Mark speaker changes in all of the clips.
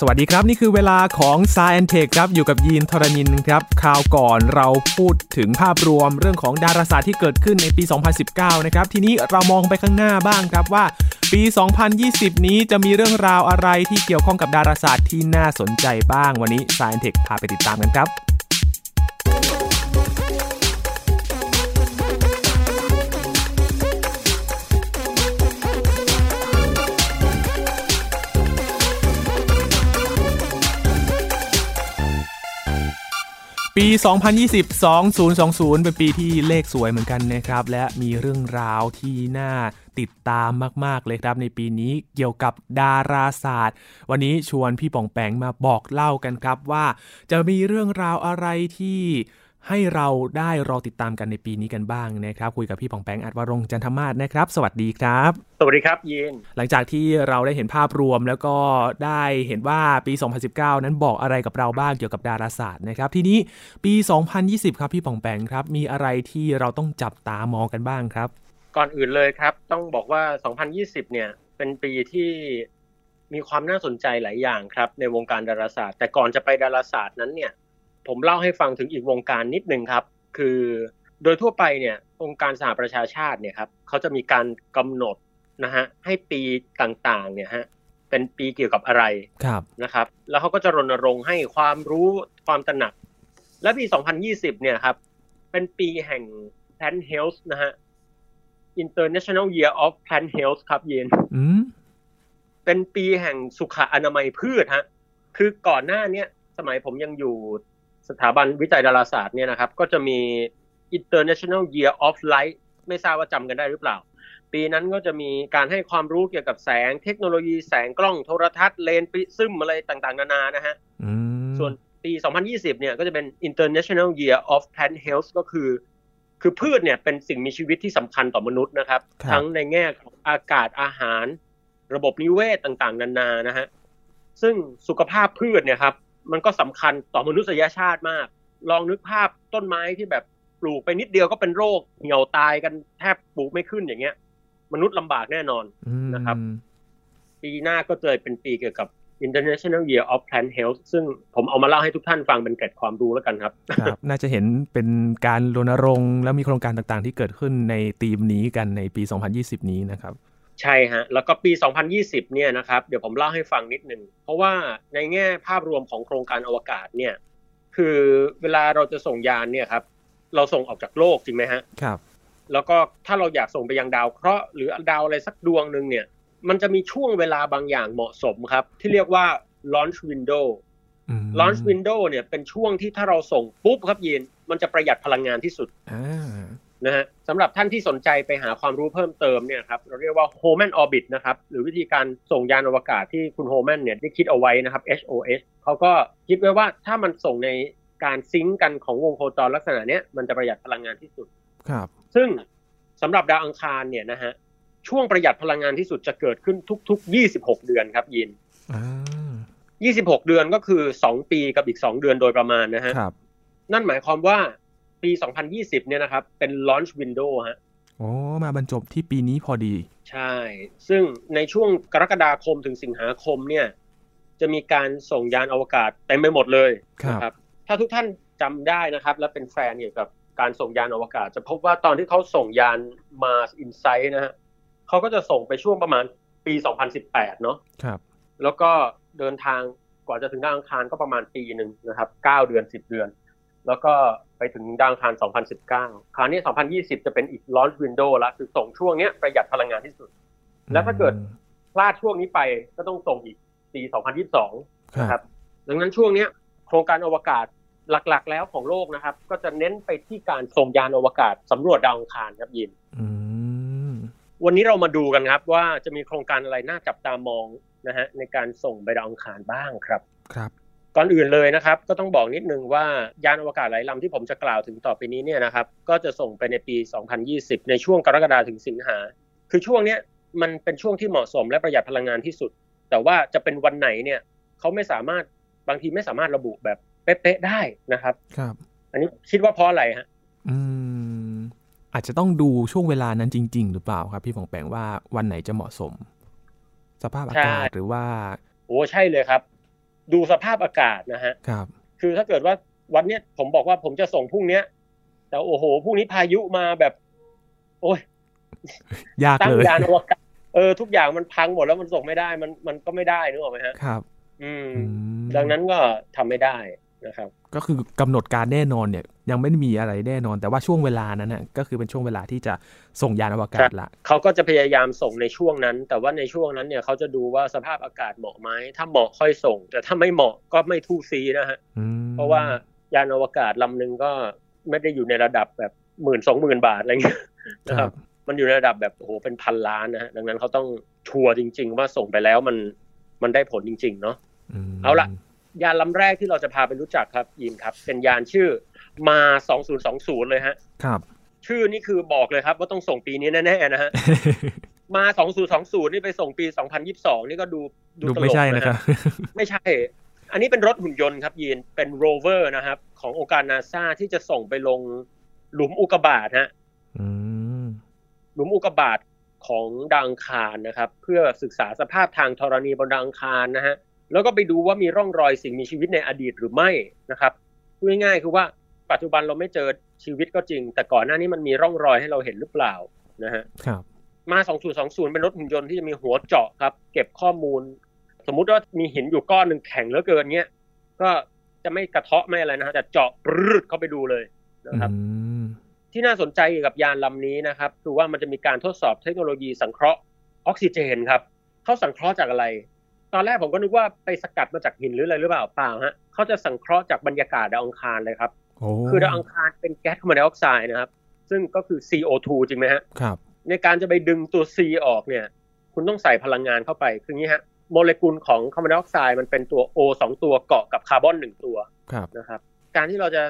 Speaker 1: สวัสดีครับ นี่คือเวลาของ s ายแอนเทคครับ อยู่กับยีนทรณินครับ คราวก่อนเราพูดถึงภาพรวมเรื่องของดาราศาสตร์ที่เกิดขึ้นในปี 2019 นะครับ ทีนี้เรามองไปข้างหน้าบ้างครับว่า ปี 2020 นี้จะมีเรื่องราวอะไรที่เกี่ยวข้องกับดาราศาสตร์ที่น่าสนใจบ้างวันนี้ s ายแอนเทคพาไปติดตามกันครับ ปี 2020 2020 เป็นปีที่เลขสวยเหมือนกันนะครับ และมีเรื่องราวที่น่าติดตามมาก ๆ เลยครับ ในปีนี้เกี่ยวกับดาราศาสตร์ วันนี้ชวนพี่ป่องแปงมาบอกเล่ากันครับว่า จะมีเรื่องราวอะไรที่ให้เราได้รอติดตามกันในปีนี้กันบ้างนะครับ คุยกับพี่ป่องแปงอัดวรงค์จันทมาศนะครับ สวัสดีครับ
Speaker 2: สวัสดีครับยีน
Speaker 1: หลังจากที่เราได้เห็นภาพรวมแล้วก็ได้เห็นว่าปี 2019 นั้นบอกอะไรกับเราบ้างเกี่ยวกับดาราศาสตร์นะครับ ทีนี้ปี 2020 ครับพี่ป่องแปงครับ มีอะไรที่เราต้องจับตามองกันบ้างครับ
Speaker 2: ก่อนอื่นเลยครับ ต้องบอกว่า 2020 เนี่ย เป็นปีที่มีความน่าสนใจหลายอย่างครับ ในวงการดาราศาสตร์ แต่ก่อนจะไปดาราศาสตร์นั้นเนี่ย ผมเล่าให้ฟังถึงอีกวงการนิดนึงครับ คือโดยทั่วไปเนี่ยองค์การสหประชาชาติเนี่ยครับเขาจะมีการกำหนดนะฮะให้ปีต่างๆ เนี่ยฮะเป็นปีเกี่ยวกับอะไร
Speaker 1: ครับ
Speaker 2: นะครับ แล้วเขาก็จะรณรงค์ให้ความรู้ความตระหนัก และปี 2020 เนี่ยครับ เป็นปีแห่ง Plant Health นะฮะ International Year of Plant Health ครับเยน
Speaker 1: อืม
Speaker 2: เป็นปีแห่งสุขอนามัยพืชฮะ คือก่อนหน้าเนี้ยสมัยผมยังอยู่สถาบันวิจัยดาราศาสตร์เนี่ยนะครับ ก็จะมี International Year of Light ไม่ทราบว่าจำกันได้หรือเปล่า ปีนั้นก็จะมีการให้ความรู้เกี่ยวกับแสงเทคโนโลยีแสงกล้องโทรทัศน์เลนส์ปริซึมอะไรต่างๆ นานานะฮะ
Speaker 1: อืม
Speaker 2: ส่วนปี 2020 เนี่ยก็จะเป็น International Year of Plant Health ก็คือ คือพืชเนี่ยเป็นสิ่งมีชีวิตที่สำคัญต่อมนุษย์นะครับ
Speaker 1: ครับ
Speaker 2: ทั้งในแง่ของอากาศอาหาร ระบบนิเวศต่างๆ นานานะฮะ ซึ่งสุขภาพพืชเนี่ยครับ มันก็สำคัญต่อมนุษยชาติมาก ลองนึกภาพต้นไม้ที่แบบปลูกไปนิดเดียวก็เป็นโรคเหี่ยวตายกันแทบปลูกไม่ขึ้นอย่างเงี้ย มนุษย์ลำบากแน่นอน
Speaker 1: อืม
Speaker 2: นะครับ ปีหน้าก็เจอเป็นปีเกี่ยวกับ International Year of Plant Health ซึ่งผมเอามาเล่าให้ทุกท่านฟังเป็นเกร็ดความรู้แล้วกันครับ
Speaker 1: ครับ น่าจะเห็นเป็นการรณรงค์แล้วมีโครงการต่างๆ ที่เกิดขึ้นในธีมนี้กันในปี 2020 นี้นะครับ
Speaker 2: ใช่ฮะ แล้วก็ปี 2020 เนี่ยนะครับ เดี๋ยวผมเล่าให้ฟังนิดหนึ่ง เพราะว่าในแง่ภาพรวมของโครงการอวกาศเนี่ย คือเวลาเราจะส่งยานเนี่ยครับ เราส่งออกจากโลกจริงไหมฮะ
Speaker 1: ครับ
Speaker 2: แล้วก็ถ้าเราอยากส่งไปยังดาวเคราะห์หรือดาวอะไรสักดวงหนึ่งเนี่ย มันจะมีช่วงเวลาบางอย่างเหมาะสมครับ ที่เรียกว่า launch window
Speaker 1: อืม
Speaker 2: launch window เนี่ยเป็นช่วงที่ถ้าเราส่งปุ๊บครับยีนมันจะประหยัดพลังงานที่สุด
Speaker 1: อ่า
Speaker 2: นะฮะสำหรับท่านที่สนใจไปหาความรู้เพิ่มเติมเนี่ยครับเราเรียกว่า Homan Orbit นะครับ หรือวิธีการส่งยานอวกาศที่คุณโฮแมนเนี่ยได้คิดเอาไว้นะครับ HOS เขาก็คิดไว้ว่าถ้ามันส่งในการซิงก์กันของวงโคจรลักษณะเนี้ยมันจะประหยัดพลังงานที่สุด
Speaker 1: ครับ
Speaker 2: ซึ่งสำหรับดาวอังคารเนี่ยนะฮะช่วงประหยัดพลังงานที่สุดจะเกิดขึ้นทุก ๆ 26 เดือนครับยิน
Speaker 1: อ่า
Speaker 2: 26 เดือนก็คือ 2 ปีกับอีก 2 เดือนโดยประมาณนะฮะ
Speaker 1: ครับ
Speaker 2: นั่นหมายความว่าปี 2020 เนี่ยนะครับ เป็น launch window ฮะ
Speaker 1: โอ้มาบรรจบที่ปีนี้พอดี
Speaker 2: ใช่ ซึ่งในช่วงกรกฎาคมถึงสิงหาคมเนี่ย จะมีการส่งยานอวกาศเต็มไปหมดเลย
Speaker 1: ครับ
Speaker 2: นะถ้าทุกท่านจำได้นะครับ และเป็นแฟนเกี่ยวกับการส่งยานอวกาศ จะพบว่าตอนที่เขาส่งยาน Mars Insight นะฮะเขาก็จะส่งไปช่วงประมาณปี 2018 เนาะ
Speaker 1: ครับ
Speaker 2: แล้วก็เดินทางกว่าจะถึงดาวอังคารก็ประมาณปีหนึ่งนะครับเก้าเดือนสิบเดือน แล้วก็ไปถึงดาวอังคาร 2019 คราวนี้ 2020 จะเป็นอีก launch window ละคือส่งช่วงเนี้ยประหยัดพลังงานที่สุด แล้วถ้าเกิด พลาดช่วงนี้ไปก็ต้องส่งอีกปี 2022
Speaker 1: ครั
Speaker 2: ครับ บ ดังนั้นช่วงเนี้ยโครงการอวกาศหลักๆ แล้วของโลกนะครับ ก็จะเน้นไปที่การส่งยานอวกาศสำรวจดาวอังคารครับยิน
Speaker 1: อืม
Speaker 2: วันนี้เรามาดูกันครับว่าจะมีโครงการอะไรน่าจับตามองนะฮะในการส่งไปดาวอังคารบ้างครับ
Speaker 1: ครับ
Speaker 2: ก่อนอื่นเลยนะครับ ก็ต้องบอกนิดนึงว่ายานอวกาศหลายลำที่ผมจะกล่าวถึงต่อไปนี้เนี่ยนะครับ ก็จะส่งไปในปี 2020 ในช่วงกรกฎาคมถึงสิงหา คือช่วงเนี้ยมันเป็นช่วงที่เหมาะสมและประหยัดพลังงานที่สุด แต่ว่าจะเป็นวันไหนเนี่ยเขาไม่สามารถบางทีไม่สามารถระบุแบบเป๊ะๆได้นะครับ
Speaker 1: ครับ
Speaker 2: อันนี้คิดว่าเพราะอะไรฮะ
Speaker 1: อืม อาจจะต้องดูช่วงเวลานั้นจริง ๆ หรือเปล่าครับ พี่ผองแปงว่าวันไหนจะเหมาะสม สภาพอากาศหรือว่า
Speaker 2: โอ้ใช่เลยครับ ดูสภาพอากาศนะฮะ
Speaker 1: ครับ
Speaker 2: คือถ้าเกิดว่าวันเนี้ยผมบอกว่าผมจะส่งพรุ่งเนี้ย แต่โอ้โหพรุ่งนี้พายุมาแบบ โอ้ย
Speaker 1: ยาก
Speaker 2: ตั้
Speaker 1: เล
Speaker 2: ง
Speaker 1: ย
Speaker 2: ยานอวกาศเออทุกอย่างมันพังหมดแล้วมันส่งไม่ได้มันมันก็ไม่ได้นึกออกไหมฮะ
Speaker 1: ครับ
Speaker 2: อืม
Speaker 1: อืม
Speaker 2: ดังนั้นก็ทำไม่ได้นะครับ
Speaker 1: ก็คือกำหนดการแน่นอนเนี่ย ยังไม่มีอะไรแน่นอน แต่ว่าช่วงเวลานั้นนะก็คือเป็นช่วงเวลาที่จะส่งยานอวกาศละ
Speaker 2: เขาก็จะพยายามส่งในช่วงนั้น แต่ว่าในช่วงนั้นเนี่ยเขาจะดูว่าสภาพอากาศเหมาะไหมถ้าเหมาะค่อยส่ง แต่ถ้าไม่เหมาะก็ไม่ทู่ซีนะฮะ
Speaker 1: อืม
Speaker 2: เพราะว่ายานอวกาศลำหนึ่งก็ไม่ได้อยู่ในระดับแบบหมื่นสองหมื่นบาทอะไรเงี้ยนะ
Speaker 1: ค
Speaker 2: ค
Speaker 1: รั
Speaker 2: รับ บ มันอยู่ในระดับแบบโอ้โหเป็นพันล้านนะฮะดังนั้นเขาต้องชัวร์จริง ๆ ว่าส่งไปแล้วมันมันได้ผลจริง ๆ เนาะ
Speaker 1: ม
Speaker 2: เอาล่ะ ยานลำแรกที่เราจะพาไปรู้จักครับยินครับ เป็นยานชื่อมา2020เลยฮะ
Speaker 1: ครับ
Speaker 2: ชื่อนี่คือบอกเลยครับว่าต้องส่งปีนี้แน่ๆนะฮะ มา 2020 นี่ไปส่งปี 2022 นี่ก็ดู
Speaker 1: ดู
Speaker 2: ตลก
Speaker 1: ไม่ใช่นะครับ
Speaker 2: ไม่ใช่ อันนี้เป็นรถหุ่นยนต์ครับยีน เป็นโรเวอร์นะครับ ขององค์การนาซาที่จะส่งไปลงหลุมอุกกาบาตฮะ
Speaker 1: อืม
Speaker 2: หลุมอุกกาบาตของดาวอังคารนะครับ เพื่อศึกษาสภาพทางธรณีบนดาวอังคารนะฮะ แล้วก็ไปดูว่ามีร่องรอยสิ่งมีชีวิตในอดีตหรือไม่นะครับพูดง่ายๆคือว่าปัจจุบันเราไม่เจอชีวิตก็จริง แต่ก่อนหน้านี้มันมีร่องรอยให้เราเห็นหรือเปล่านะฮะ
Speaker 1: ครับ
Speaker 2: มา 2020 เป็นรถหุ่นยนต์ที่จะมีหัวเจาะครับ เก็บข้อมูล สมมุติว่ามีหินอยู่ก้อนหนึ่งแข็งเหลือเกินเนี้ย ก็จะไม่กระเทาะไม่อะไรนะฮะแต่เจาะปรึดเข้าไปดูเลยนะครับ
Speaker 1: อืม
Speaker 2: ที่น่าสนใจเกี่ยวกับยานลำนี้นะครับ คือว่ามันจะมีการทดสอบเทคโนโลยีสังเคราะห์ออกซิเจนครับ เขาสังเคราะห์จากอะไร ตอนแรกผมก็นึกว่าไปสกัดมาจากหินหรืออะไรหรือเปล่าเปล่าฮะเขาจะสังเคราะห์จากบรรยากาศดาวอังคารเลยครับ
Speaker 1: โอ้
Speaker 2: คือดาวอังคารเป็นแก๊สคาร์บอนไดออกไซด์นะครับ ซึ่งก็คือ CO2 จริงไหมฮะ
Speaker 1: ครับ
Speaker 2: ในการจะไปดึงตัว C ออกเนี่ย คุณต้องใส่พลังงานเข้าไป คืออย่างนี้ฮะ โมเลกุลของคาร์บอนไดออกไซด์มันเป็นตัว O สองตัวเกาะกับคาร์บอนหนึ่งตัว
Speaker 1: ครับ
Speaker 2: นะครับ การที่เราจะ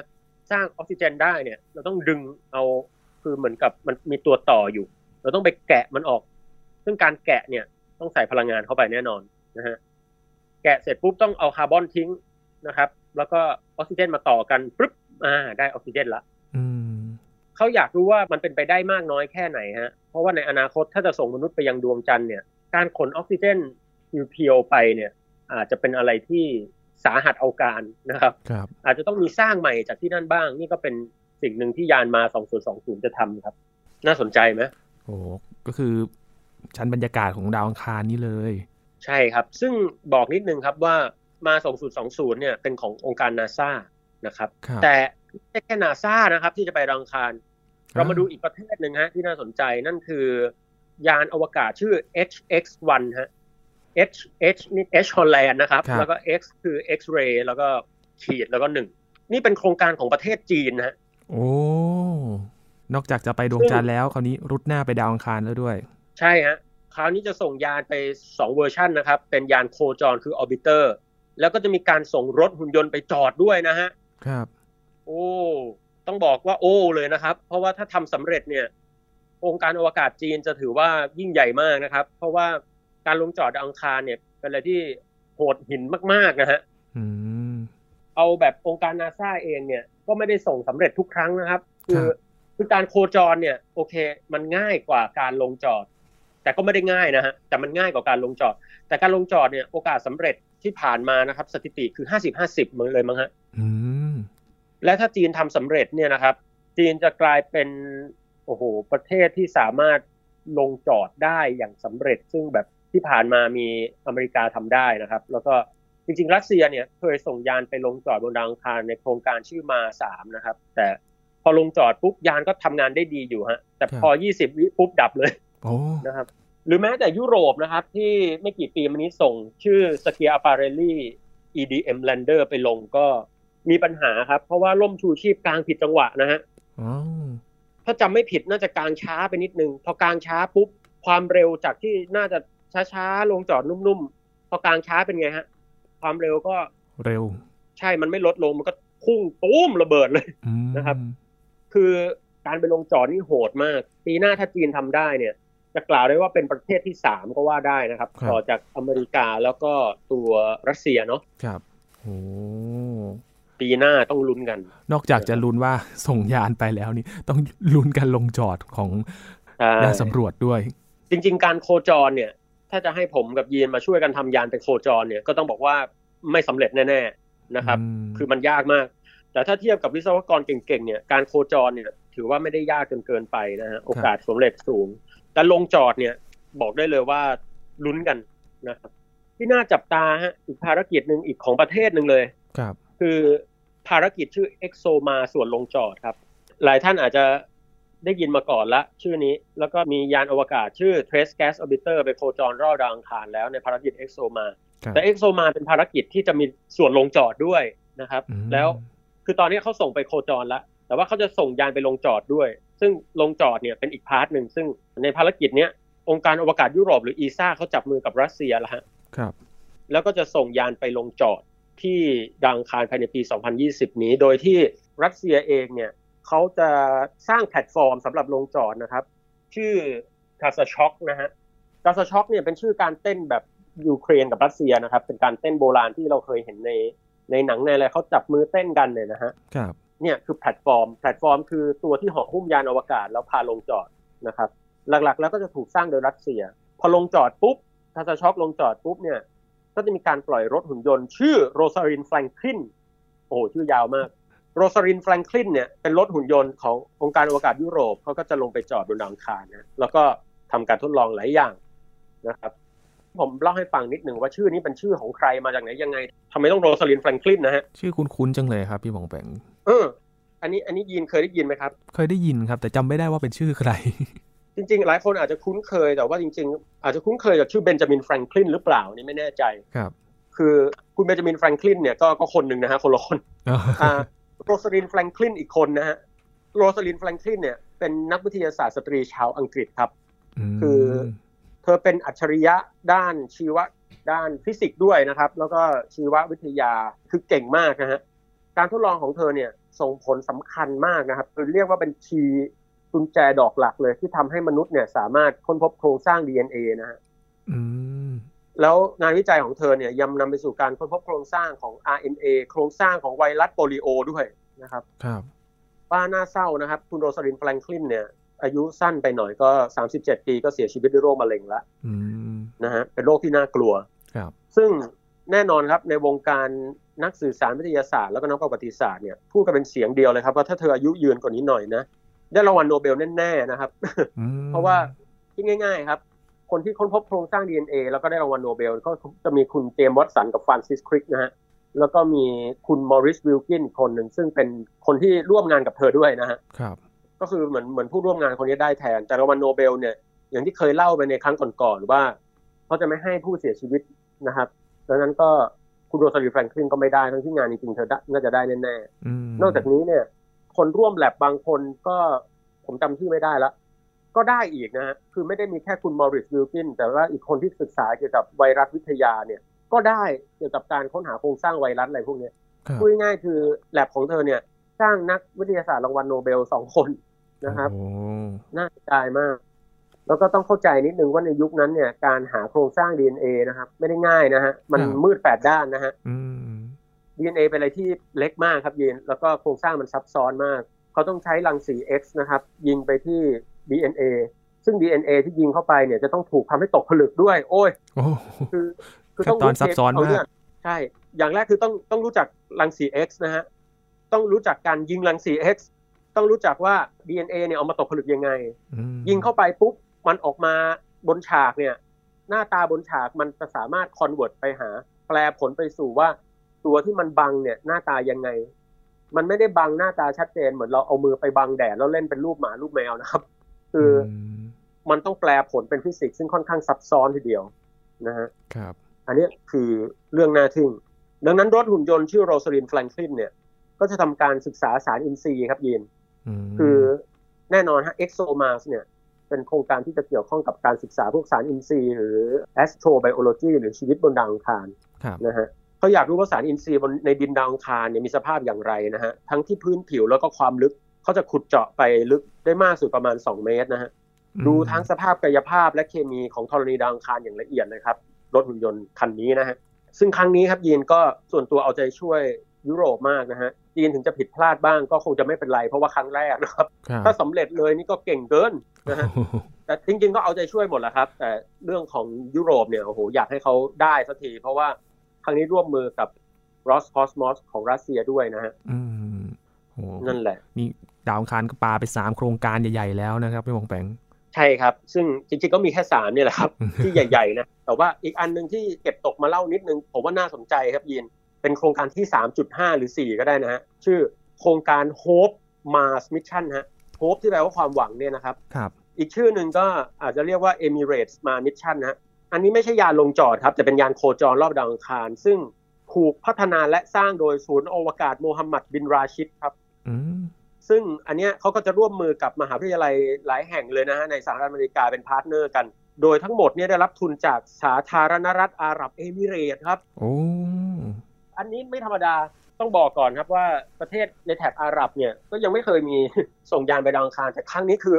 Speaker 2: สร้างออกซิเจนได้เนี่ย เราต้องดึงเอาคือเหมือนกับมันมีตัวต่ออยู่ เราต้องไปแกะมันออก ซึ่งการแกะเนี่ยต้องใส่พลังงานเข้าไปแน่นอนนะฮะ แกะเสร็จปุ๊บต้องเอาคาร์บอนทิ้งนะครับ แล้วก็ออกซิเจนมาต่อกันปุ๊บ อ่า ได้ออกซิเจนละ
Speaker 1: อืม
Speaker 2: เขาอยากรู้ว่ามันเป็นไปได้มากน้อยแค่ไหนฮะ เพราะว่าในอนาคตถ้าจะส่งมนุษย์ไปยังดวงจันทร์เนี่ย การขนออกซิเจนเพียวๆไปเนี่ย อาจจะเป็นอะไรที่สาหัสเอาการนะครับ
Speaker 1: ครับ
Speaker 2: อาจจะต้องมีสร้างใหม่จากที่นั่นบ้าง นี่ก็เป็นสิ่งหนึ่งที่ยานมา 2020 จะทำครับ น่าสนใจไหม
Speaker 1: โอ้ก็คือชั้นบรรยากาศของดาวอังคารนี่เลย
Speaker 2: ใช่ครับ ซึ่งบอกนิดนึงครับว่ามา 2020 เนี่ยเป็นขององค์การนาซานะครับ
Speaker 1: ครับ
Speaker 2: แต่ไม่ใช่แค่นาซานะครับ ที่จะไปดาวอังคาร เรามาดู
Speaker 1: อ่
Speaker 2: อีกประเทศหนึ่งฮะที่น่าสนใจนั่นคือยานอวกาศชื่อ HX1 ฮะ H H นี่ H Holland นะครับ
Speaker 1: ครับ
Speaker 2: แล้วก็ X คือ X-ray แล้วก็ขีดแล้วก็หนึ่งนี่เป็นโครงการของประเทศจีนนะฮะ
Speaker 1: โอ้นอกจากจะไปดวงจันทร์แล้วคราวนี้รุดหน้าไปดาวอังคารแล้วด้วย
Speaker 2: ใช่ฮะ คราวนี้จะส่งยานไป 2 เวอร์ชันนะครับ เป็นยานโคจรคือ orbiter แล้วก็จะมีการส่งรถหุ่นยนต์ไปจอดด้วยนะฮะ
Speaker 1: ครับ
Speaker 2: โอ้ ต้องบอกว่าโอ้เลยนะครับ เพราะว่าถ้าทำสำเร็จเนี่ย องค์การอวกาศจีนจะถือว่ายิ่งใหญ่มากนะครับ เพราะว่าการลงจอดดาวอังคารเนี่ยเป็นอะไรที่โหดหินมากๆนะฮะ
Speaker 1: อืม
Speaker 2: เอาแบบองค์การนาซาเองเนี่ยก็ไม่ได้ส่งสำเร็จทุกครั้งนะครับ คือ
Speaker 1: ครับ
Speaker 2: คือการโคจรเนี่ยโอเค มันง่ายกว่าการลงจอด แต่ก็ไม่ได้ง่ายนะฮะแต่มันง่ายกว่าการลงจอด แต่การลงจอดเนี่ยโอกาสสำเร็จที่ผ่านมานะครับ สถิติคือห้าสิบห้าสิบเหมือนเลยมั้งฮะ
Speaker 1: อืม
Speaker 2: และถ้าจีนทำสำเร็จเนี่ยนะครับ จีนจะกลายเป็นโอ้โหประเทศที่สามารถลงจอดได้อย่างสำเร็จ ซึ่งแบบที่ผ่านมามีอเมริกาทำได้นะครับ แล้วก็จริงๆ รัสเซียเนี่ยเคยส่งยานไปลงจอดบนดาวอังคารในโครงการชื่อมาสามนะครับ แต่พอลงจอดปุ๊บยานก็ทำงานได้ดีอยู่ฮะแต่พอ 20 วิปุ๊บดับเลย
Speaker 1: โอ้
Speaker 2: นะครับหรือแม้แต่ยุโรปนะครับที่ไม่กี่ปีมานี้ส่งชื่อสเกีย a ปาเรล i EDM Lander ไปลงก็มีปัญหาครับ เพราะว่าล่มชูชีพกลางผิดจังหวะนะฮะ
Speaker 1: อ้าว
Speaker 2: ถ้าจำไม่ผิดน่าจะกลางช้าไปนิดนึง พอกลางช้าปุ๊บ ความเร็วจากที่น่าจะช้าๆ ลงจอดนุ่มๆ พอกลางช้าเป็นไงฮะ ความเร็วก็
Speaker 1: เร็ว
Speaker 2: ใช่มันไม่ลดลงมันก็พุ่งตุ้มระเบิดเลย
Speaker 1: อืม
Speaker 2: นะครับ คือการไปลงจอดนี่โหดมาก ปีหน้าถ้าจีนทำได้เนี่ย จะกล่าวได้ว่าเป็นประเทศที่สามก็ว่าได้นะครับ ต่อจากอเมริกาแล้วก็ตัวรัสเซียเนาะ
Speaker 1: ครับโอ้
Speaker 2: ปีหน้าต้องลุ้นกัน
Speaker 1: นอกจากจะลุ้นว่าส่งยานไปแล้วนี่ ต้องลุ้นการลงจอดของ
Speaker 2: ใช่
Speaker 1: ยานสำรวจด้วย
Speaker 2: จริง ๆ การโคจรเนี่ย ถ้าจะให้ผมกับยีนมาช่วยกันทำยานไปโคจรเนี่ยก็ต้องบอกว่า ไม่สำเร็จแน่ๆนะครับ
Speaker 1: อืม
Speaker 2: คือมันยากมาก แต่ถ้าเทียบกับวิศวกรเก่งๆเนี่ยการโคจรเนี่ยถือว่าไม่ได้ยากจนเกินไปนะฮะโอกาสสำเร็จสูง แต่ลงจอดเนี่ยบอกได้เลยว่าลุ้นกันนะครับ ที่น่าจับตาฮะอีกภารกิจหนึ่งอีกของประเทศหนึ่งเลย
Speaker 1: ครับ
Speaker 2: คือภารกิจชื่อ EXOMA ส่วนลงจอดครับ หลายท่านอาจจะได้ยินมาก่อนละชื่อนี้ แล้วก็มียานอวกาศชื่อ Trace Gas Orbiter ไปโคจรรอบดาวอังคารแล้วในภารกิจ EXOMA
Speaker 1: ครับ
Speaker 2: แต่ EXOMA เป็นภารกิจที่จะมีส่วนลงจอดด้วยนะครับ
Speaker 1: อืม
Speaker 2: แล้วคือตอนนี้เขาส่งไปโคจรแล้ว แต่ว่าเขาจะส่งยานไปลงจอดด้วย ซึ่งลงจอดเนี่ยเป็นอีกพาร์ทหนึ่งซึ่งในภารกิจเนี้ยองค์การอวกาศยุโรปหรืออีซ่าเขาจับมือกับรัสเซียแล้วฮะ
Speaker 1: ครับ
Speaker 2: แล้วก็จะส่งยานไปลงจอดที่ดาวอังคารภายในปี 2020 นี้ โดยที่รัสเซียเองเนี่ยเขาจะสร้างแพลตฟอร์มสำหรับลงจอดนะครับ ชื่อคาสช็อกนะฮะคาสช็อกเนี่ยเป็นชื่อการเต้นแบบยูเครนกับรัสเซียนะครับ เป็นการเต้นโบราณที่เราเคยเห็นในในหนังในอะไรเขาจับมือเต้นกันเนี่ยนะฮะ
Speaker 1: ครับ
Speaker 2: เนี่ยคือแพลตฟอร์ม แพลตฟอร์มคือตัวที่ห่อหุ้มยานอวกาศแล้วพาลงจอดนะครับ หลักๆ แล้วก็จะถูกสร้างโดยรัสเซีย พอลงจอดปุ๊บทัสช็อกลงจอดปุ๊บเนี่ย ก็จะมีการปล่อยรถหุ่นยนต์ชื่อโรซารินแฟรงคลินโอ้โหชื่อยาวมากโรซารินแฟรงคลินเนี่ยเป็นรถหุ่นยนต์ขององค์การอวกาศยุโรปเขาก็จะลงไปจอดบนดาวอังคารนะแล้วก็ทำการทดลองหลายอย่างนะครับ ผมเล่าให้ฟังนิดหนึ่งว่าชื่อนี้เป็นชื่อของใครมาจากไหนยังไงทำไมต้องโรซารินแฟรงคลินนะฮะ
Speaker 1: ชื่อคุ้นๆจังเลยครับ พี่บองแปง
Speaker 2: เอออันนี้อันนี้ยีนเคยได้ยินไหมครับ
Speaker 1: เคยได้ยินครับ แต่จำไม่ได้ว่าเป็นชื่อใคร
Speaker 2: จริงๆ หลายคนอาจจะคุ้นเคยแต่ว่าจริงๆ อาจจะคุ้นเคยกับชื่อเบนจามินแฟรงคลินหรือเปล่านี่ไม่แน่ใจ
Speaker 1: ครับ
Speaker 2: คือคุณเบนจามินแฟรงคลินเนี่ยก็ก็คนหนึ่งนะฮะคนละคน
Speaker 1: อ๋อ
Speaker 2: อ่าโรสลินแฟรงคลินอีกคนนะฮะโรสลินแฟรงคลินเนี่ยเป็นนักวิทยาศาสตร์สตรีชาวอังกฤษครับ
Speaker 1: ม
Speaker 2: คือ เธอเป็นอัจฉริยะด้านชีวะด้านฟิสิกส์ด้วยนะครับ แล้วก็ชีววิทยาคือเก่งมากนะฮะการทดลองของเธอเนี่ยส่งผลสำคัญมากนะครับคือเรียกว่าเป็นชีกุญแจดอกหลักเลยที่ทำให้มนุษย์เนี่ยสามารถค้นพบโครงสร้าง DNA นะฮะ
Speaker 1: อืม
Speaker 2: แล้วงานวิจัยของเธอเนี่ยยังนำไปสู่การค้นพบโครงสร้างของ RNA โครงสร้างของไวรัสโปลิโอด้วยนะครับ
Speaker 1: ครับ
Speaker 2: ว่าน่าเศร้านะครับ คุณโรสลินแฟรงคลินเนี่ยอายุสั้นไปหน่อยก็ 37 ปีก็เสียชีวิตด้วยโรคมะเร็งแล้ว
Speaker 1: อืม
Speaker 2: นะฮะเป็นโรคที่น่ากลัว
Speaker 1: ครับ
Speaker 2: ซึ่งแน่นอนครับในวงการนักสื่อสารวิทยาศาสตร์แล้วก็นักประวัติศาสตร์เนี่ยพูดกันเป็นเสียงเดียวเลยครับว่าถ้าเธออายุยืนกว่านี้หน่อยนะ ได้รางวัลโนเบลแน่ๆนะครับ
Speaker 1: อืม
Speaker 2: เพราะว่าคิดง่าย ๆ ครับ คนที่ค้นพบโครงสร้าง DNA แล้วก็ได้รางวัลโนเบล ก็จะมีคุณเจมส์วัตสันกับฟรานซิสคริกนะฮะแล้วก็มีคุณมอริสวิลกินคนหนึ่งซึ่งเป็นคนที่ร่วมงานกับเธอด้วยนะฮะ
Speaker 1: ครับ
Speaker 2: ก็คือเหมือนเหมือนผู้ร่วมงานคนนี้ได้แทน แต่รางวัลโนเบลเนี่ยอย่างที่เคยเล่าไปในครั้งก่อนๆว่าเขาจะไม่ให้ผู้เสียชีวิตนะครับดังนั้นก็คุณโรสลีแฟรงคลินก็ไม่ได้ทั้งที่งานจริงๆเธอได้น่าจะได้แน่
Speaker 1: อืม
Speaker 2: ๆนอกจากนี้เนี่ย คนร่วมแลบบางคนก็ผมจำชื่อไม่ได้ละก็ได้อีกนะฮะคือไม่ได้มีแค่คุณมอริสวิลกินแต่ว่าอีกคนที่ศึกษาเกี่ยวกับไวรัสวิทยาเนี่ย ก็ได้เกี่ยวกับการค้นหาโครงสร้างไวรัสอะไรพวกเนี้ย
Speaker 1: ครับ
Speaker 2: พูดง่ายๆคือแลบของเธอเนี่ยสร้างนักวิทยาศาสตร์รางวัลโนเบลสองคนนะครับ
Speaker 1: โอ้
Speaker 2: น่าเสียดายมาก แล้วก็ต้องเข้าใจนิดนึงว่าในยุคนั้นเนี่ยการหาโครงสร้าง DNA นะครับ ไม่ได้ง่ายนะฮะ มันมืดแปดด้านนะฮะ
Speaker 1: อืม
Speaker 2: DNA เป็นอะไรที่เล็กมากครับยีนแล้วก็โครงสร้างมันซับซ้อนมาก เขาต้องใช้รังสี X นะครับ ยิงไปที่ DNA ซึ่ง DNA ที่ยิงเข้าไปเนี่ยจะต้องถูกทำให้ตกผลึกด้วย โอ้ย
Speaker 1: โอ้
Speaker 2: คือ
Speaker 1: ขั้นตอนซับซ้อนมาก
Speaker 2: เเงใช่ อย่างแรกคือต้องต้องรู้จักรังสี X นะฮะ ต้องรู้จักการยิงรังสี X ต้องรู้จักว่า DNA เนี่ยเอามาตกผลึกยังไง
Speaker 1: อืม
Speaker 2: ยิงเข้าไปปุ๊บมันออกมาบนฉากเนี่ย หน้าตาบนฉากมันจะสามารถคอนเวิร์ตไปหา แปลผลไปสู่ว่า ตัวที่มันบังเนี่ยหน้าตายังไง มันไม่ได้บังหน้าตาชัดเจนเหมือนเราเอามือไปบังแดดแล้วเล่นเป็นรูปหมารูปแมวนะครับ คืออ
Speaker 1: ม
Speaker 2: มันต้องแปลผลเป็นฟิสิกส์ซึ่งค่อนข้างซับซ้อนทีเดียวนะฮะ
Speaker 1: ครับ
Speaker 2: อันเนี้ยคือเรื่องน่าทึ่ง ดังนั้นรถหุ่นยนต์ชื่อโรสลินแฟรงคลินเนี่ย ก็จะทำการศึกษาสารอินทรีย์ครับยีน
Speaker 1: ม
Speaker 2: คือแน่นอนฮะ ExoMars เนี่ยเป็นโครงการที่จะเกี่ยวข้องกับการศึกษาพวกสารอินทรีย์หรือ astrobiology หรือชีวิตบนดาวอังคาร
Speaker 1: ครับ
Speaker 2: นะฮะเขาอยากรู้ว่าสารอินทรีย์บนในดินดาวอังคารเนี่ยมีสภาพอย่างไรนะฮะทั้งที่พื้นผิวแล้วก็ความลึกเขาจะขุดเจาะไปลึกได้มากสุดประมาณ 2 เมตรนะฮะดูทั้งสภาพกายภาพและเคมีของธรณีดาวอังคารอย่างละเอียดเลยครับรถหุ่นยนต์คันนี้นะฮะซึ่งครั้งนี้ครับยีนก็ส่วนตัวเอาใจช่วยยุโรปมากนะฮะยีนถึงจะผิดพลาดบ้างก็คงจะไม่เป็นไรเพราะว่าครั้งแรกนะครับ
Speaker 1: ครับ
Speaker 2: ถ้าสำเร็จเลยนี่ก็เก่งเกินนะฮะ
Speaker 1: โอ้โห
Speaker 2: แต่จริงๆก็เอาใจช่วยหมดแหละครับ แต่เรื่องของยุโรปเนี่ยโอ้โหอยากให้เขาได้สักที เพราะว่า รั้งนี้ร่วมมือกับ Roscosmos ของรัสเซียด้วยนะฮะ
Speaker 1: อืมโห
Speaker 2: นั่นแหละ
Speaker 1: นี่ดาวอังคารก็ปาไปสามโครงการใหญ่ๆแล้วนะครับพี่วงแปง
Speaker 2: ใช่ครับ ซึ่งจริงๆก็มีแค่สามเนี่ยแห ละครับ ที่ใหญ่ๆนะ แต่ว่าอีกอันหนึ่งที่เก็บตกมาเล่านิดนึง ผมว่าน่าสนใจครับยิน เป็นโครงการที่ 3.5 หรือ 4 ก็ได้นะฮะ ชื่อโครงการ Hope Mars Mission ฮะ Hope ที่แปลว่าความหวังเนี่ยนะครับ
Speaker 1: ครับ
Speaker 2: อีกชื่อหนึ่งก็อาจจะเรียกว่า Emirates Mars Mission นะฮะ อันนี้ไม่ใช่ยานลงจอดครับ แต่เป็นยานโคจรรอบดาวอังคาร ซึ่งถูกพัฒนาและสร้างโดยศูนย์อวกาศโมฮัมหมัดบินราชิดครับ
Speaker 1: อืม
Speaker 2: ซึ่งอันเนี้ยเขาก็จะร่วมมือกับมหาวิทยาลัยหลายแห่งเลยนะฮะในสหรัฐอเมริกาเป็นพาร์ทเนอร์กัน โดยทั้งหมดเนี่ยได้รับทุนจากสาธารณรัฐอาหรับเอมิเรตส์ครับ
Speaker 1: โอ้
Speaker 2: อันนี้ไม่ธรรมดาต้องบอกก่อนครับว่าประเทศในแถบอาหรับเนี่ยก็ยังไม่เคยมี ส่งยานไปดาวอังคารแต่ครั้งนี้คือ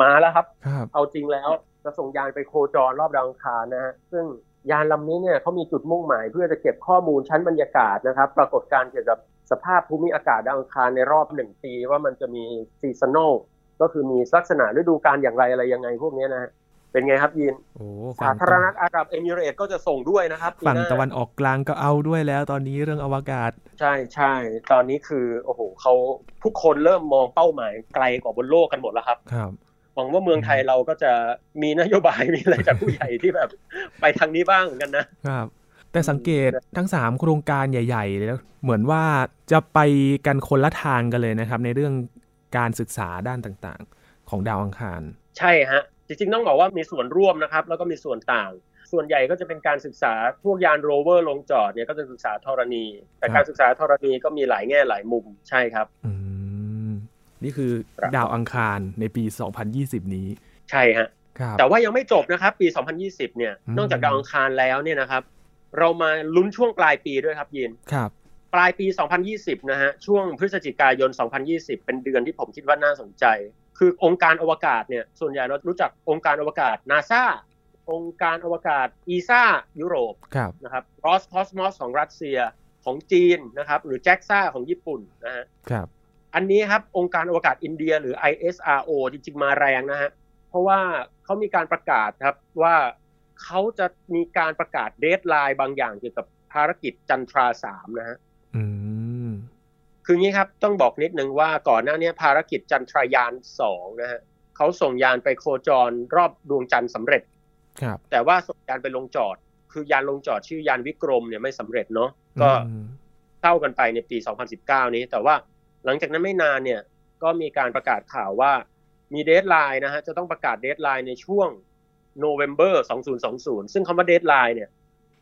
Speaker 2: มาแล้วครับ
Speaker 1: ครับ
Speaker 2: เอาจริงแล้วจะส่งยานไปโคจรรอบดาวอังคารนะฮะซึ่งยานลำนี้เนี่ยเขามีจุดมุ่งหมายเพื่อจะเก็บข้อมูลชั้นบรรยากาศนะครับ ปรากฏการณ์เกี่ยวกับสภาพภูมิอากาศดาวอังคารในรอบหนึ่งปี ว่ามันจะมีซีซัน a ลก็คือมีลักษณะฤดูกาลอย่างไรอะไรยังไงพวกเนี้ยนะฮะเป็นไงครับยิน
Speaker 1: โอ้
Speaker 2: สาธารณรัฐอาหรับเอมิเรตส์ก็จะส่งด้วยนะครับปีห
Speaker 1: ฝั่ง
Speaker 2: น้า
Speaker 1: ตะวันออกกลางก็เอาด้วยแล้วตอนนี้เรื่องอวกาศ
Speaker 2: ใช่ใช่ตอนนี้คือโอ้โหเขาทุกคนเริ่มมองเป้าหมายไกลกว่าบนโลกกันหมดแล้วครับ
Speaker 1: ครับ
Speaker 2: หวังว่าเมืองไทยเราก็จะมีนโยบาย มีอะไรจากผู้ใหญ่ที่แบบ ไปทางนี้บ้างเหมือนกันนะ
Speaker 1: ครับ แต่สังเกตทั้ง 3 โครงการใหญ่ๆแล้วเหมือนว่าจะไปกันคนละทางกันเลยนะครับ ในเรื่องการศึกษาด้านต่างๆ ของดาวอังคาร
Speaker 2: ใช่ฮะ จริงๆต้องบอกว่ามีส่วนร่วมนะครับ แล้วก็มีส่วนต่าง ส่วนใหญ่ก็จะเป็นการศึกษาพวกยานโรเวอร์ลงจอดเนี่ยก็จะศึกษาธรณี แต่
Speaker 1: ครับ
Speaker 2: การศึกษาธรณีก็มีหลายแง่หลายมุมใช่ครับ
Speaker 1: อืมนี่คือ
Speaker 2: ครับ
Speaker 1: ดาวอังคารในปี 2020 นี้
Speaker 2: ใช่ฮะ
Speaker 1: ครับ
Speaker 2: แต่ว่ายังไม่จบนะครับ ปี 2020 เนี่ย
Speaker 1: อืม
Speaker 2: นอกจากดาวอังคารแล้วเนี่ยนะครับ เรามาลุ้นช่วงปลายปีด้วยครับยิน
Speaker 1: ครับ
Speaker 2: ปลายปี 2020 นะฮะ ช่วงพฤศจิกายน 2020 เป็นเดือนที่ผมคิดว่าน่าสนใจ คือองค์การอวกาศเนี่ย ส่วนใหญ่เรารู้จักองค์การอวกาศนาซาองค์การอวกาศอีซายุโรป
Speaker 1: ครับ
Speaker 2: นะครับรอสคอสมอสของรัสเซียของจีนนะครับ หรือแจ็กซ่าของญี่ปุ่นนะฮะ
Speaker 1: ครับ
Speaker 2: อันนี้ครับ องค์การอวกาศอินเดียหรือ ISRO จริงๆ มาแรงนะฮะ เพราะว่าเขามีการประกาศครับว่าเขาจะมีการประกาศเดทไลน์บางอย่างเกี่ยวกับภารกิจจันทราสามนะฮะ
Speaker 1: อืม
Speaker 2: คืองี้ครับ ต้องบอกนิดนึงว่าก่อนหน้าเนี้ยภารกิจจันทรายาน 2 นะฮะเขาส่งยานไปโคจรรอบดวงจันทร์สำเร็จ
Speaker 1: ครับ
Speaker 2: แต่ว่าส่งยานไปลงจอด คือยานลงจอดชื่อยานวิกรมเนี่ยไม่สำเร็จเนาะก็
Speaker 1: อืม
Speaker 2: เท่ากันไปในปี 2019 นี้ แต่ว่าหลังจากนั้นไม่นานเนี่ยก็มีการประกาศข่าวว่ามีเดทไลน์นะฮะจะต้องประกาศเดทไลน์ในช่วงโนเวม ber 2020 ซึ่งคำว่าเดทไลน์เนี่ย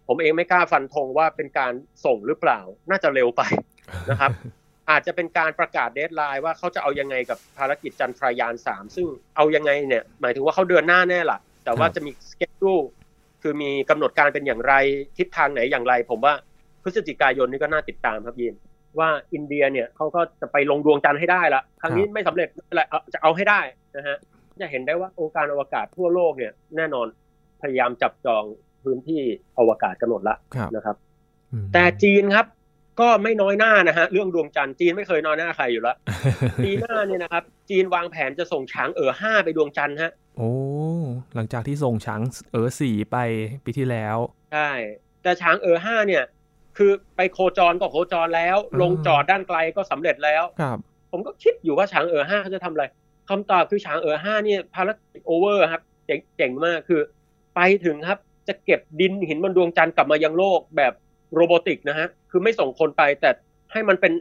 Speaker 2: ผมเองไม่กล้าฟันธงว่าเป็นการส่งหรือเปล่าน่าจะเร็วไป นะครับ อาจจะเป็นการประกาศเดทไลน์ว่าเขาจะเอายังไงกับภารกิจจันทรายาน 3 ซึ่งเอายังไงเนี่ย หมายถึงว่าเขาเดินหน้าแน่ล่ะ แต่ว่าจะมีสเกจดูคือมีกำหนดการเป็นอย่างไรทิศทางไหนอย่างไร ผมว่าพฤศจิกายนนี่ก็น่าติดตามครับยิน ว่าอินเดียเนี่ยเขาก็จะไปลงดวงจันทร์ให้ได้ละครั้งนี้ไม่สำเร็จไม่เป็นไรเอาจะเอาให้ได้นะฮะจะเห็นได้ว่าองค์การอวกาศทั่วโลกเนี่ยแน่นอนพยายามจับจองพื้นที่อวกาศกันหมดละ
Speaker 1: ครับ
Speaker 2: นะครับ
Speaker 1: อืม
Speaker 2: แต่ จีนครับ ก็ไม่น้อยหน้านะฮะเรื่องดวงจันทร์จีนไม่เคยน้อยหน้าใครอยู่แล้ว ปีหน้าเนี่ยนะครับ จีนวางแผนจะส่งช้างเอ๋อห้าไปดวงจันทร์ฮะ
Speaker 1: โอ้ หลังจากที่ส่งช้างเอ๋อสี่ไปปีที่แล้ว
Speaker 2: ใช่แต่ช้างเอ๋อห้าเนี่ย คือไปโคจรก็โคจรแล้ว
Speaker 1: อืม
Speaker 2: ลงจอดด้านไกลก็สำเร็จแล้ว
Speaker 1: ครับ
Speaker 2: ผมก็คิดอยู่ว่าช้างเอ๋อห้าเขาจะทำอะไรคำตอบคือช้างเอ๋อห้าเนี่ยภารกิจโอเวอร์ครับเจ๋งเจ๋งมากคือ ไปถึงครับ จะเก็บดินหินบนดวงจันทร์กลับมายังโลกแบบโรบอติกนะฮะคือไม่ส่งคนไปแต่ให้มันเป็น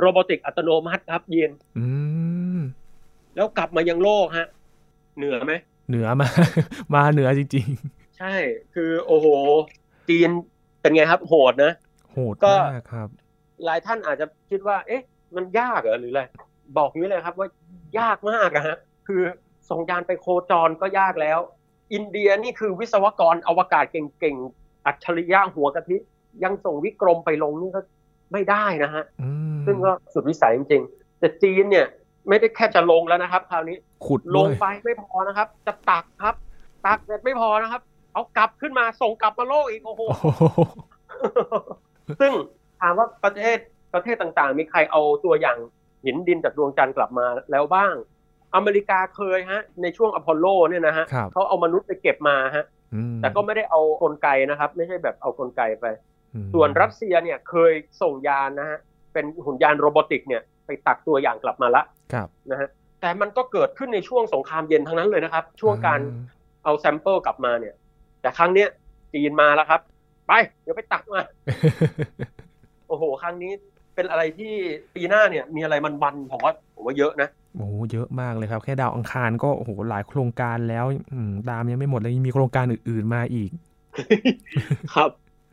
Speaker 2: โรบอติกอัตโนมัติครับเย็น
Speaker 1: อืม
Speaker 2: แล้วกลับมายังโลกฮะ เหนือไหม
Speaker 1: เหนือมา มาเหนือจริง
Speaker 2: ใช่ คือโอ้โห จีนเป็นไงครับ โหดนะ
Speaker 1: ๆ โหด
Speaker 2: ก็
Speaker 1: มากครับ
Speaker 2: หลายท่านอาจจะคิดว่า เอ๊ะ มันยากเหรอหรืออะไร บอกนี้เลยครับว่ายากมากนะฮะ คือส่งยานไปโคจรก็ยากแล้ว อินเดียนี่คือวิศวกรอวกาศเก่งๆ อัจฉริยะหัวกะทิ ยังส่งวิกรมไปลงนี่ก็ไม่ได้นะฮะ
Speaker 1: อืม
Speaker 2: ซึ่งก็สุดวิสัยจริงๆ แต่จีนเนี่ย ไม่ได้แค่จะลงแล้วนะครับ คราวนี้
Speaker 1: ขุด
Speaker 2: ล
Speaker 1: ด้ว
Speaker 2: ง
Speaker 1: ย
Speaker 2: ไปไม่พอนะครับ จะตักครับ ตักเสร็จไม่พอนะครับ เอากลับขึ้นมาส่งกลับมาโลกอีก โอ้โห
Speaker 1: โอ้ โห
Speaker 2: ซึ่งถามว่าประเทศประเทศต่างๆ มีใครเอาตัวอย่างหินดินจากดวงจันทร์กลับมาแล้วบ้าง อเมริกาเคยฮะ ในช่วงอพอลโลเนี่ยนะฮะ
Speaker 1: ครับ
Speaker 2: เขาเอามนุษย์ไปเก็บมาฮะ
Speaker 1: อืม
Speaker 2: แต่ก็ไม่ได้เอากลไกนะครับ ไม่ใช่แบบเอากลไกไป
Speaker 1: อืม
Speaker 2: ส่วนรัสเซียเนี่ยเคยส่งยานนะฮะเป็นหุ่นยานโรบอติกเนี่ยไปตักตัวอย่างกลับมาละ
Speaker 1: ครับ
Speaker 2: นะฮะแต่มันก็เกิดขึ้นในช่วงสงครามเย็นทั้งนั้นเลยนะครับ ช่วงการ
Speaker 1: อ่
Speaker 2: เอาแซมเปิลกลับมาเนี่ย แต่ครั้งเนี้ยจีนมาแล้วครับ ไป เดี๋ยวไปตักมา โอ้โห ครั้งนี้เป็นอะไรที่ปีหน้าเนี่ยมีอะไรมันวันๆผมว่าผมว่าเยอะนะ
Speaker 1: โอ้โหเยอะมากเลยครับ แค่ดาวอังคารก็โอ้โหหลายโครงการแล้วอืมตามยังไม่หมดเลยยังมีโครงการอื่นๆมาอีก
Speaker 2: ครับ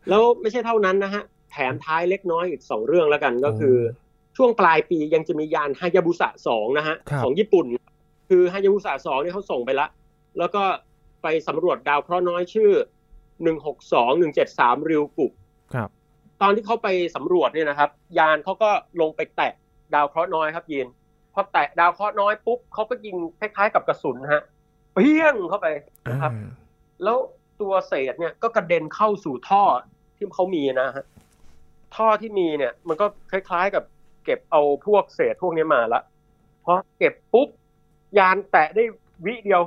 Speaker 2: แล้วไม่ใช่เท่านั้นนะฮะแถมท้ายเล็กน้อยอีกสองเรื่องแล้วกันก็คือ ช่วงปลายปียังจะมียานฮายาบุสะสองนะฮะ
Speaker 1: ครับ
Speaker 2: ของญี่ปุ่น คือฮายาบุสะสองเนี่ยเขาส่งไปละ แล้วก็ไปสำรวจดาวเคราะห์น้อยชื่อหนึ่งหกสองหนึ่งเจ็ดสามริวกุก
Speaker 1: ครับ
Speaker 2: ตอนที่เขาไปสำรวจเนี่ยนะครับ ยานเขาก็ลงไปแตะดาวเคราะห์น้อยครับยีนพอแตะดาวเคราะห์น้อยปุ๊บเขาก็ยิงคล้ายๆกับกระสุนนะฮะเพี้ยงเข้าไปนะครับ
Speaker 1: อ่า
Speaker 2: แล้วตัวเศษเนี่ยก็กระเด็นเข้าสู่ท่อที่เขามีนะฮะท่อที่มีเนี่ยมันก็คล้ายๆกับเก็บเอาพวกเศษพวกนี้มาละพอเก็บปุ๊บ ยานแตะได้วิเดียว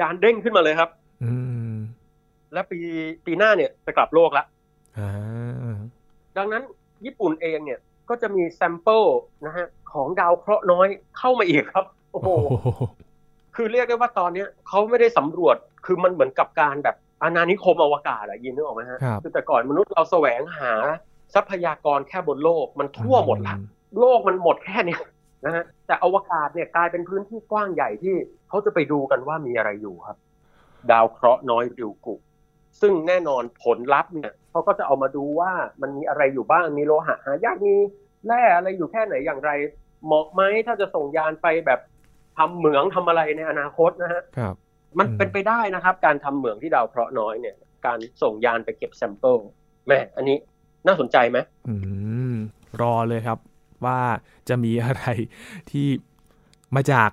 Speaker 2: ยานเด้งขึ้นมาเลยครับ
Speaker 1: อืม
Speaker 2: และปีปีหน้าเนี่ยจะกลับโลกละ
Speaker 1: อ่า
Speaker 2: ดังนั้นญี่ปุ่นเองเนี่ยก็จะมีแซมเปิลนะฮะของดาวเคราะห์น้อยเข้ามาอีกครับ โอ้โห
Speaker 1: ห
Speaker 2: คือเรียกได้ว่าตอนเนี้ยเขาไม่ได้สำรวจ คือมันเหมือนกับการแบบอาณานิคมอวกาศอะยินนึกออกไหมฮะ
Speaker 1: ครับ
Speaker 2: คือแต่ก่อนมนุษย์เราแสวงหาทรัพยากรแค่บนโลกมันทั่วหมดละโลกมันหมดแค่เนี้ย นะฮะแต่อวกาศเนี่ยกลายเป็นพื้นที่กว้างใหญ่ที่เขาจะไปดูกันว่ามีอะไรอยู่ครับ ดาวเคราะห์น้อยริวกุ ซึ่งแน่นอนผลลัพธ์เนี่ยเขาก็จะเอามาดูว่ามันมีอะไรอยู่บ้างมีโลหะหายากมีแร่อะไรอยู่แค่ไหนอย่างไร เหมาะไหมถ้าจะส่งยานไปแบบทำเหมืองทำอะไรในอนาคตนะฮะ
Speaker 1: ครับ
Speaker 2: มัน
Speaker 1: อืม
Speaker 2: เป็นไปได้นะครับ การทำเหมืองที่ดาวเคราะห์น้อยเนี่ย การส่งยานไปเก็บแซมเปิลแม่อันนี้น่าสนใจไหม
Speaker 1: อืมรอเลยครับว่าจะมีอะไรที่มาจาก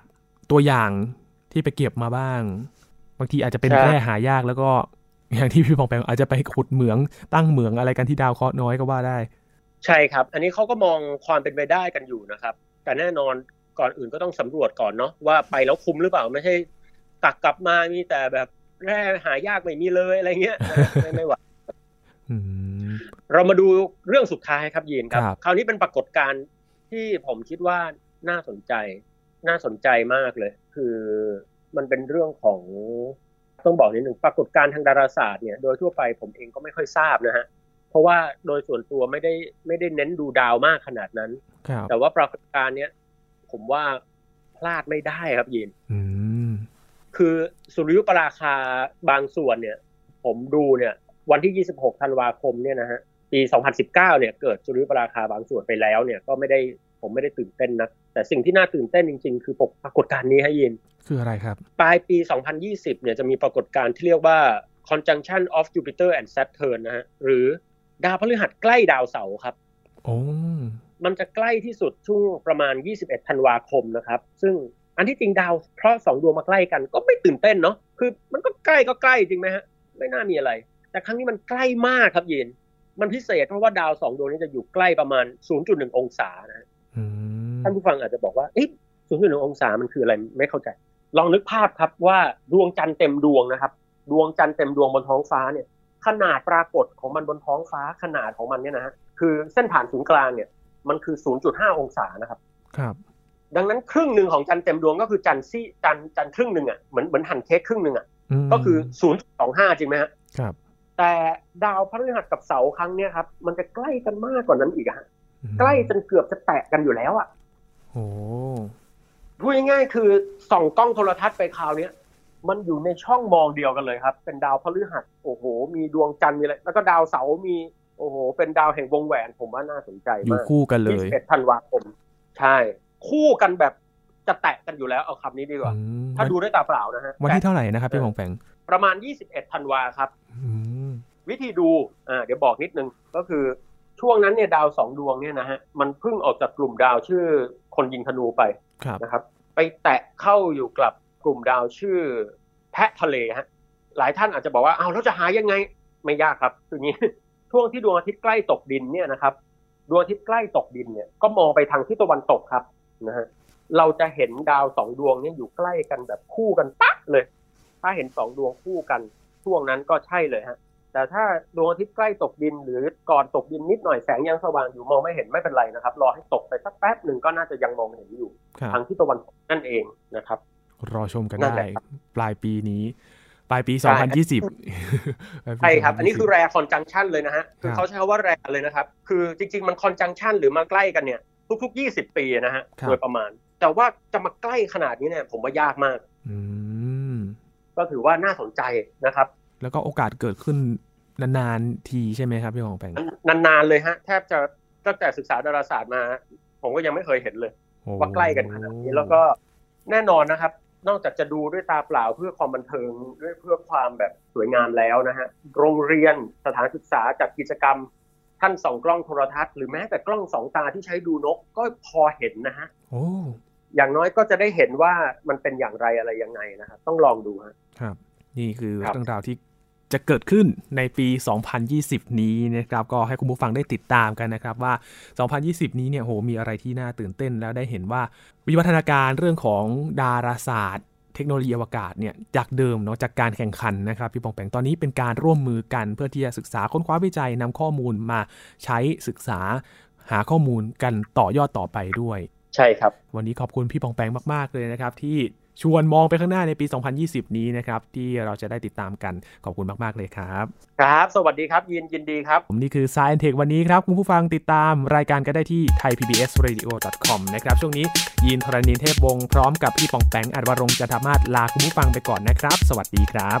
Speaker 1: ตัวอย่างที่ไปเก็บมาบ้าง บางทีอาจจะเป็นแร่หายากแล้วก็อย่างที่พี่พองแปงอาจจะไปขุดเหมืองตั้งเหมืองอะไรกันที่ดาวเคราะห์น้อยก็ว่าได้
Speaker 2: ใช่ครับ อันนี้เขาก็มองความเป็นไปได้กันอยู่นะครับ แต่แน่นอนก่อนอื่นก็ต้องสำรวจก่อนเนาะว่าไปแล้วคุ้มหรือเปล่าไม่ใช่กักกลับมามีแต่แบบแร่หายากไม่มีเลยอะไรเงี้ยนะไม่ไม่ไหว
Speaker 1: อืม
Speaker 2: เรามาดูเรื่องสุดท้ายครับยีนครับ
Speaker 1: ครับ
Speaker 2: คราวนี้เป็นปรากฏการณ์ที่ผมคิดว่าน่าสนใจ น่าสนใจมากเลย คือมันเป็นเรื่องของต้องบอกนิดหนึ่งปรากฏการณ์ทางดาราศาสตร์เนี่ยโดยทั่วไปผมเองก็ไม่ค่อยทราบนะฮะเพราะว่าโดยส่วนตัวไม่ได้ไม่ได้เน้นดูดาวมากขนาดนั้น
Speaker 1: ครับ
Speaker 2: แต่ว่าปรากฏการณ์เนี้ยผมว่าพลาดไม่ได้ครับยีน
Speaker 1: อืม
Speaker 2: คือสุริยุปราคาบางส่วนเนี่ย ผมดูเนี่ย วันที่ 26 ธันวาคมเนี่ยนะฮะปี 2019 เนี่ยเกิดสุริยุปราคาบางส่วนไปแล้วเนี่ยก็ไม่ได้ผมไม่ได้ตื่นเต้นนะแต่สิ่งที่น่าตื่นเต้นจริง ๆ คือปรากฏการณ์นี้ให้ยิน
Speaker 1: คืออะไรครับ
Speaker 2: ปลายปี 2020 เนี่ยจะมีปรากฏการณ์ที่เรียกว่า conjunction of Jupiter and Saturn นะฮะหรือดาวพฤหัสใกล้ดาวเสาร์ครับ
Speaker 1: โอ้
Speaker 2: มันจะใกล้ที่สุดช่วงประมาณ 21 ธันวาคมนะครับ ซึ่งอันที่จริงดาวเคราะห์สองดวงมาใกล้กันก็ไม่ตื่นเต้นเนาะ คือมันก็ใกล้ก็ใกล้จริงไหมฮะ ไม่น่ามีอะไร แต่ครั้งนี้มันใกล้มากครับเย็น มันพิเศษเพราะว่าดาวสองดวงนี้จะอยู่ใกล้ประมาณ 0.1 องศานะฮะ
Speaker 1: อืม
Speaker 2: ท่านผู้ฟังอาจจะบอกว่าเอ๊ะ0.1 องศามันคืออะไรไม่เข้าใจ ลองนึกภาพครับว่าดวงจันทร์เต็มดวงนะครับ ดวงจันทร์เต็มดวงบนท้องฟ้าเนี่ย ขนาดปรากฏของมันบนท้องฟ้าขนาดของมันเนี่ยนะฮะ คือเส้นผ่านศูนย์กลางเนี่ย มันคือ 0.5 องศานะครับ
Speaker 1: ครับ
Speaker 2: ดังนั้นครึ่งหนึ่งของจันทร์เต็มดวงก็คือจันทร์ซี่จันทร์จันทร์ครึ่งหนึ่งอ่ะเหมือนเหมือนหั่นเค้กครึ่งหนึ่งอ่ะ
Speaker 1: ม
Speaker 2: ก็คือ 0.25 จริงไหมฮะ
Speaker 1: ครับ
Speaker 2: แต่ดาวพฤหัสกับเสาร์ครั้งเนี้ยครับมันจะใกล้กันมากกว่านั้นอีกอะฮะ
Speaker 1: อืม
Speaker 2: ใกล้จนเกือบจะแตะกันอยู่แล้วอ่ะ
Speaker 1: โอ้
Speaker 2: พูดง่ายๆคือส่องกล้องโทรทัศน์ไปคราวเนี้ยมันอยู่ในช่องมองเดียวกันเลยครับ เป็นดาวพฤหัสโอ้โห มีดวงจันทร์มีอะไรแล้วก็ดาวเสาร์มีโอ้โห เป็นดาวแห่งวงแหวนผมว่าน่าสนใจ
Speaker 1: อยู่
Speaker 2: มาก
Speaker 1: คู่กันเลย
Speaker 2: 21ธันวาคมใช่ คู่กันแบบจะแตะกันอยู่แล้วเอาคำนี้ดีกว่า
Speaker 1: อืม
Speaker 2: ถ้าดูด้วยตาเปล่านะฮะ
Speaker 1: วันที่
Speaker 2: แต่
Speaker 1: เท่าไหร่นะครับพี่พองแปง
Speaker 2: ประมาณ 21 ธันวาครับ
Speaker 1: อืม
Speaker 2: วิธีดู อ่า เดี๋ยวบอกนิดนึง ก็คือช่วงนั้นเนี่ยดาวสองดวงเนี่ยนะฮะ มันเพิ่งออกจากกลุ่มดาวชื่อคนยิงธนูไป
Speaker 1: ครับ
Speaker 2: นะครับ ไปแตะเข้าอยู่กับกลุ่มดาวชื่อ แพะทะเลฮะ หลายท่านอาจจะบอกว่า เอาวแล้วจะหายังไง ไม่ยากครับคืออย่างนี้ ช่วงที่ดวงอาทิตย์ใกล้ตกดินเนี่ยนะครับ ดวงอาทิตย์ใกล้ตกดินเนี่ย ก็มองไปทางทิศตะวันตกครับนะฮะ เราจะเห็นดาวสองดวงเนี่ยอยู่ใกล้กันแบบคู่กันปั๊กเลย ถ้าเห็นสองดวงคู่กันช่วงนั้นก็ใช่เลยฮะ แซ แต่ถ้าดวงอาทิตย์ใกล้ตกดิน หรือก่อนตกดินนิดหน่อยแสงยังสว่างอยู่มองไม่เห็นไม่เป็นไรนะครับ รอให้ตกไปสักแป๊บหนึ่งก็น่าจะยังมองเห็นอยู่
Speaker 1: ครับ
Speaker 2: ทางที่ตะวันตกนั่นเองนะครับ
Speaker 1: รอชมกัน
Speaker 2: นั่
Speaker 1: ได้
Speaker 2: นแหละครับ
Speaker 1: ปลายปีนี้ ปลายปี
Speaker 2: ใช่
Speaker 1: 2020ปลายปี
Speaker 2: ใช่ ครับ อันนี้คือ
Speaker 1: 2020
Speaker 2: แรคอนจังชันเลยนะฮะ คือเขาใช้คำว่าแรเลยนะครับ คือจริง ๆ มันคอนจังชันหรือมาใกล้กันเนี่ย ทุกๆ 20 ปีนะฮะ
Speaker 1: ครับ
Speaker 2: โดยประมาณ แต่ว่าจะมาใกล้ขนาดนี้เนี่ย ผมว่ายากมาก
Speaker 1: อืม
Speaker 2: ก็ถือว่าน่าสนใจนะครับ
Speaker 1: แล้วก็โอกาสเกิดขึ้นนานๆทีใช่ไหมครับพี่ของแปง
Speaker 2: นานๆเลยฮะ แทบจะตั้งแต่ศึกษาดาราศาสตร์มา ผมก็ยังไม่เคยเห็นเลย
Speaker 1: โอ้
Speaker 2: ว่าใกล้กันขนาดนี้แล้วก็แน่นอนนะครับ นอกจากจะดูด้วยตาเปล่าเพื่อความบันเทิงด้วยเพื่อความแบบสวยงามแล้วนะฮะโรงเรียนสถานศึกษาจัดกิจกรรม ท่านส่องกล้องโทรทัศน์หรือแม้แต่กล้องสองตาที่ใช้ดูนกก็พอเห็นนะฮะ
Speaker 1: โอ้
Speaker 2: อย่างน้อยก็จะได้เห็นว่ามันเป็นอย่างไรอะไรยังไงนะครับต้องลองดูฮะ
Speaker 1: ครับ นี่คือ
Speaker 2: ครับ
Speaker 1: เรื่องราวที่จะเกิดขึ้นในปี 2020 นี้นะครับ ก็ให้คุณผู้ฟังได้ติดตามกันนะครับว่า 2020 นี้เนี่ยโหมีอะไรที่น่าตื่นเต้นแล้วได้เห็นว่า วิวัฒนาการเรื่องของดาราศาสตร์ เทคโนโลยีอวกาศเนี่ยจากเดิมเนาะจากการแข่งขันนะครับพี่ปองแปงตอนนี้เป็นการร่วมมือกัน เพื่อที่จะศึกษาค้นคว้าวิจัยนำข้อมูลมาใช้ศึกษาหาข้อมูลกันต่อยอดต่อไปด้วย
Speaker 2: ใช่ครับ
Speaker 1: วันนี้ขอบคุณพี่ปองแปงมาก ๆ เลยนะครับ ที่ชวนมองไปข้างหน้าในปี 2020 นี้นะครับ ที่เราจะได้ติดตามกันขอบคุณมาก ๆ เลยครับ
Speaker 2: ครับ สวัสดีครับ ยินยินดีครับ
Speaker 1: ผมนี่คือ Science Tech วันนี้ครับ คุณผู้ฟังติดตามรายการก็ได้ที่ thaipbsradio.com นะครับ ช่วงนี้ยินทรณินเทพวงศ์พร้อมกับพี่ปองแปงอัดวรงค์จันทมาศลาคุณผู้ฟังไปก่อนนะครับ สวัสดีครับ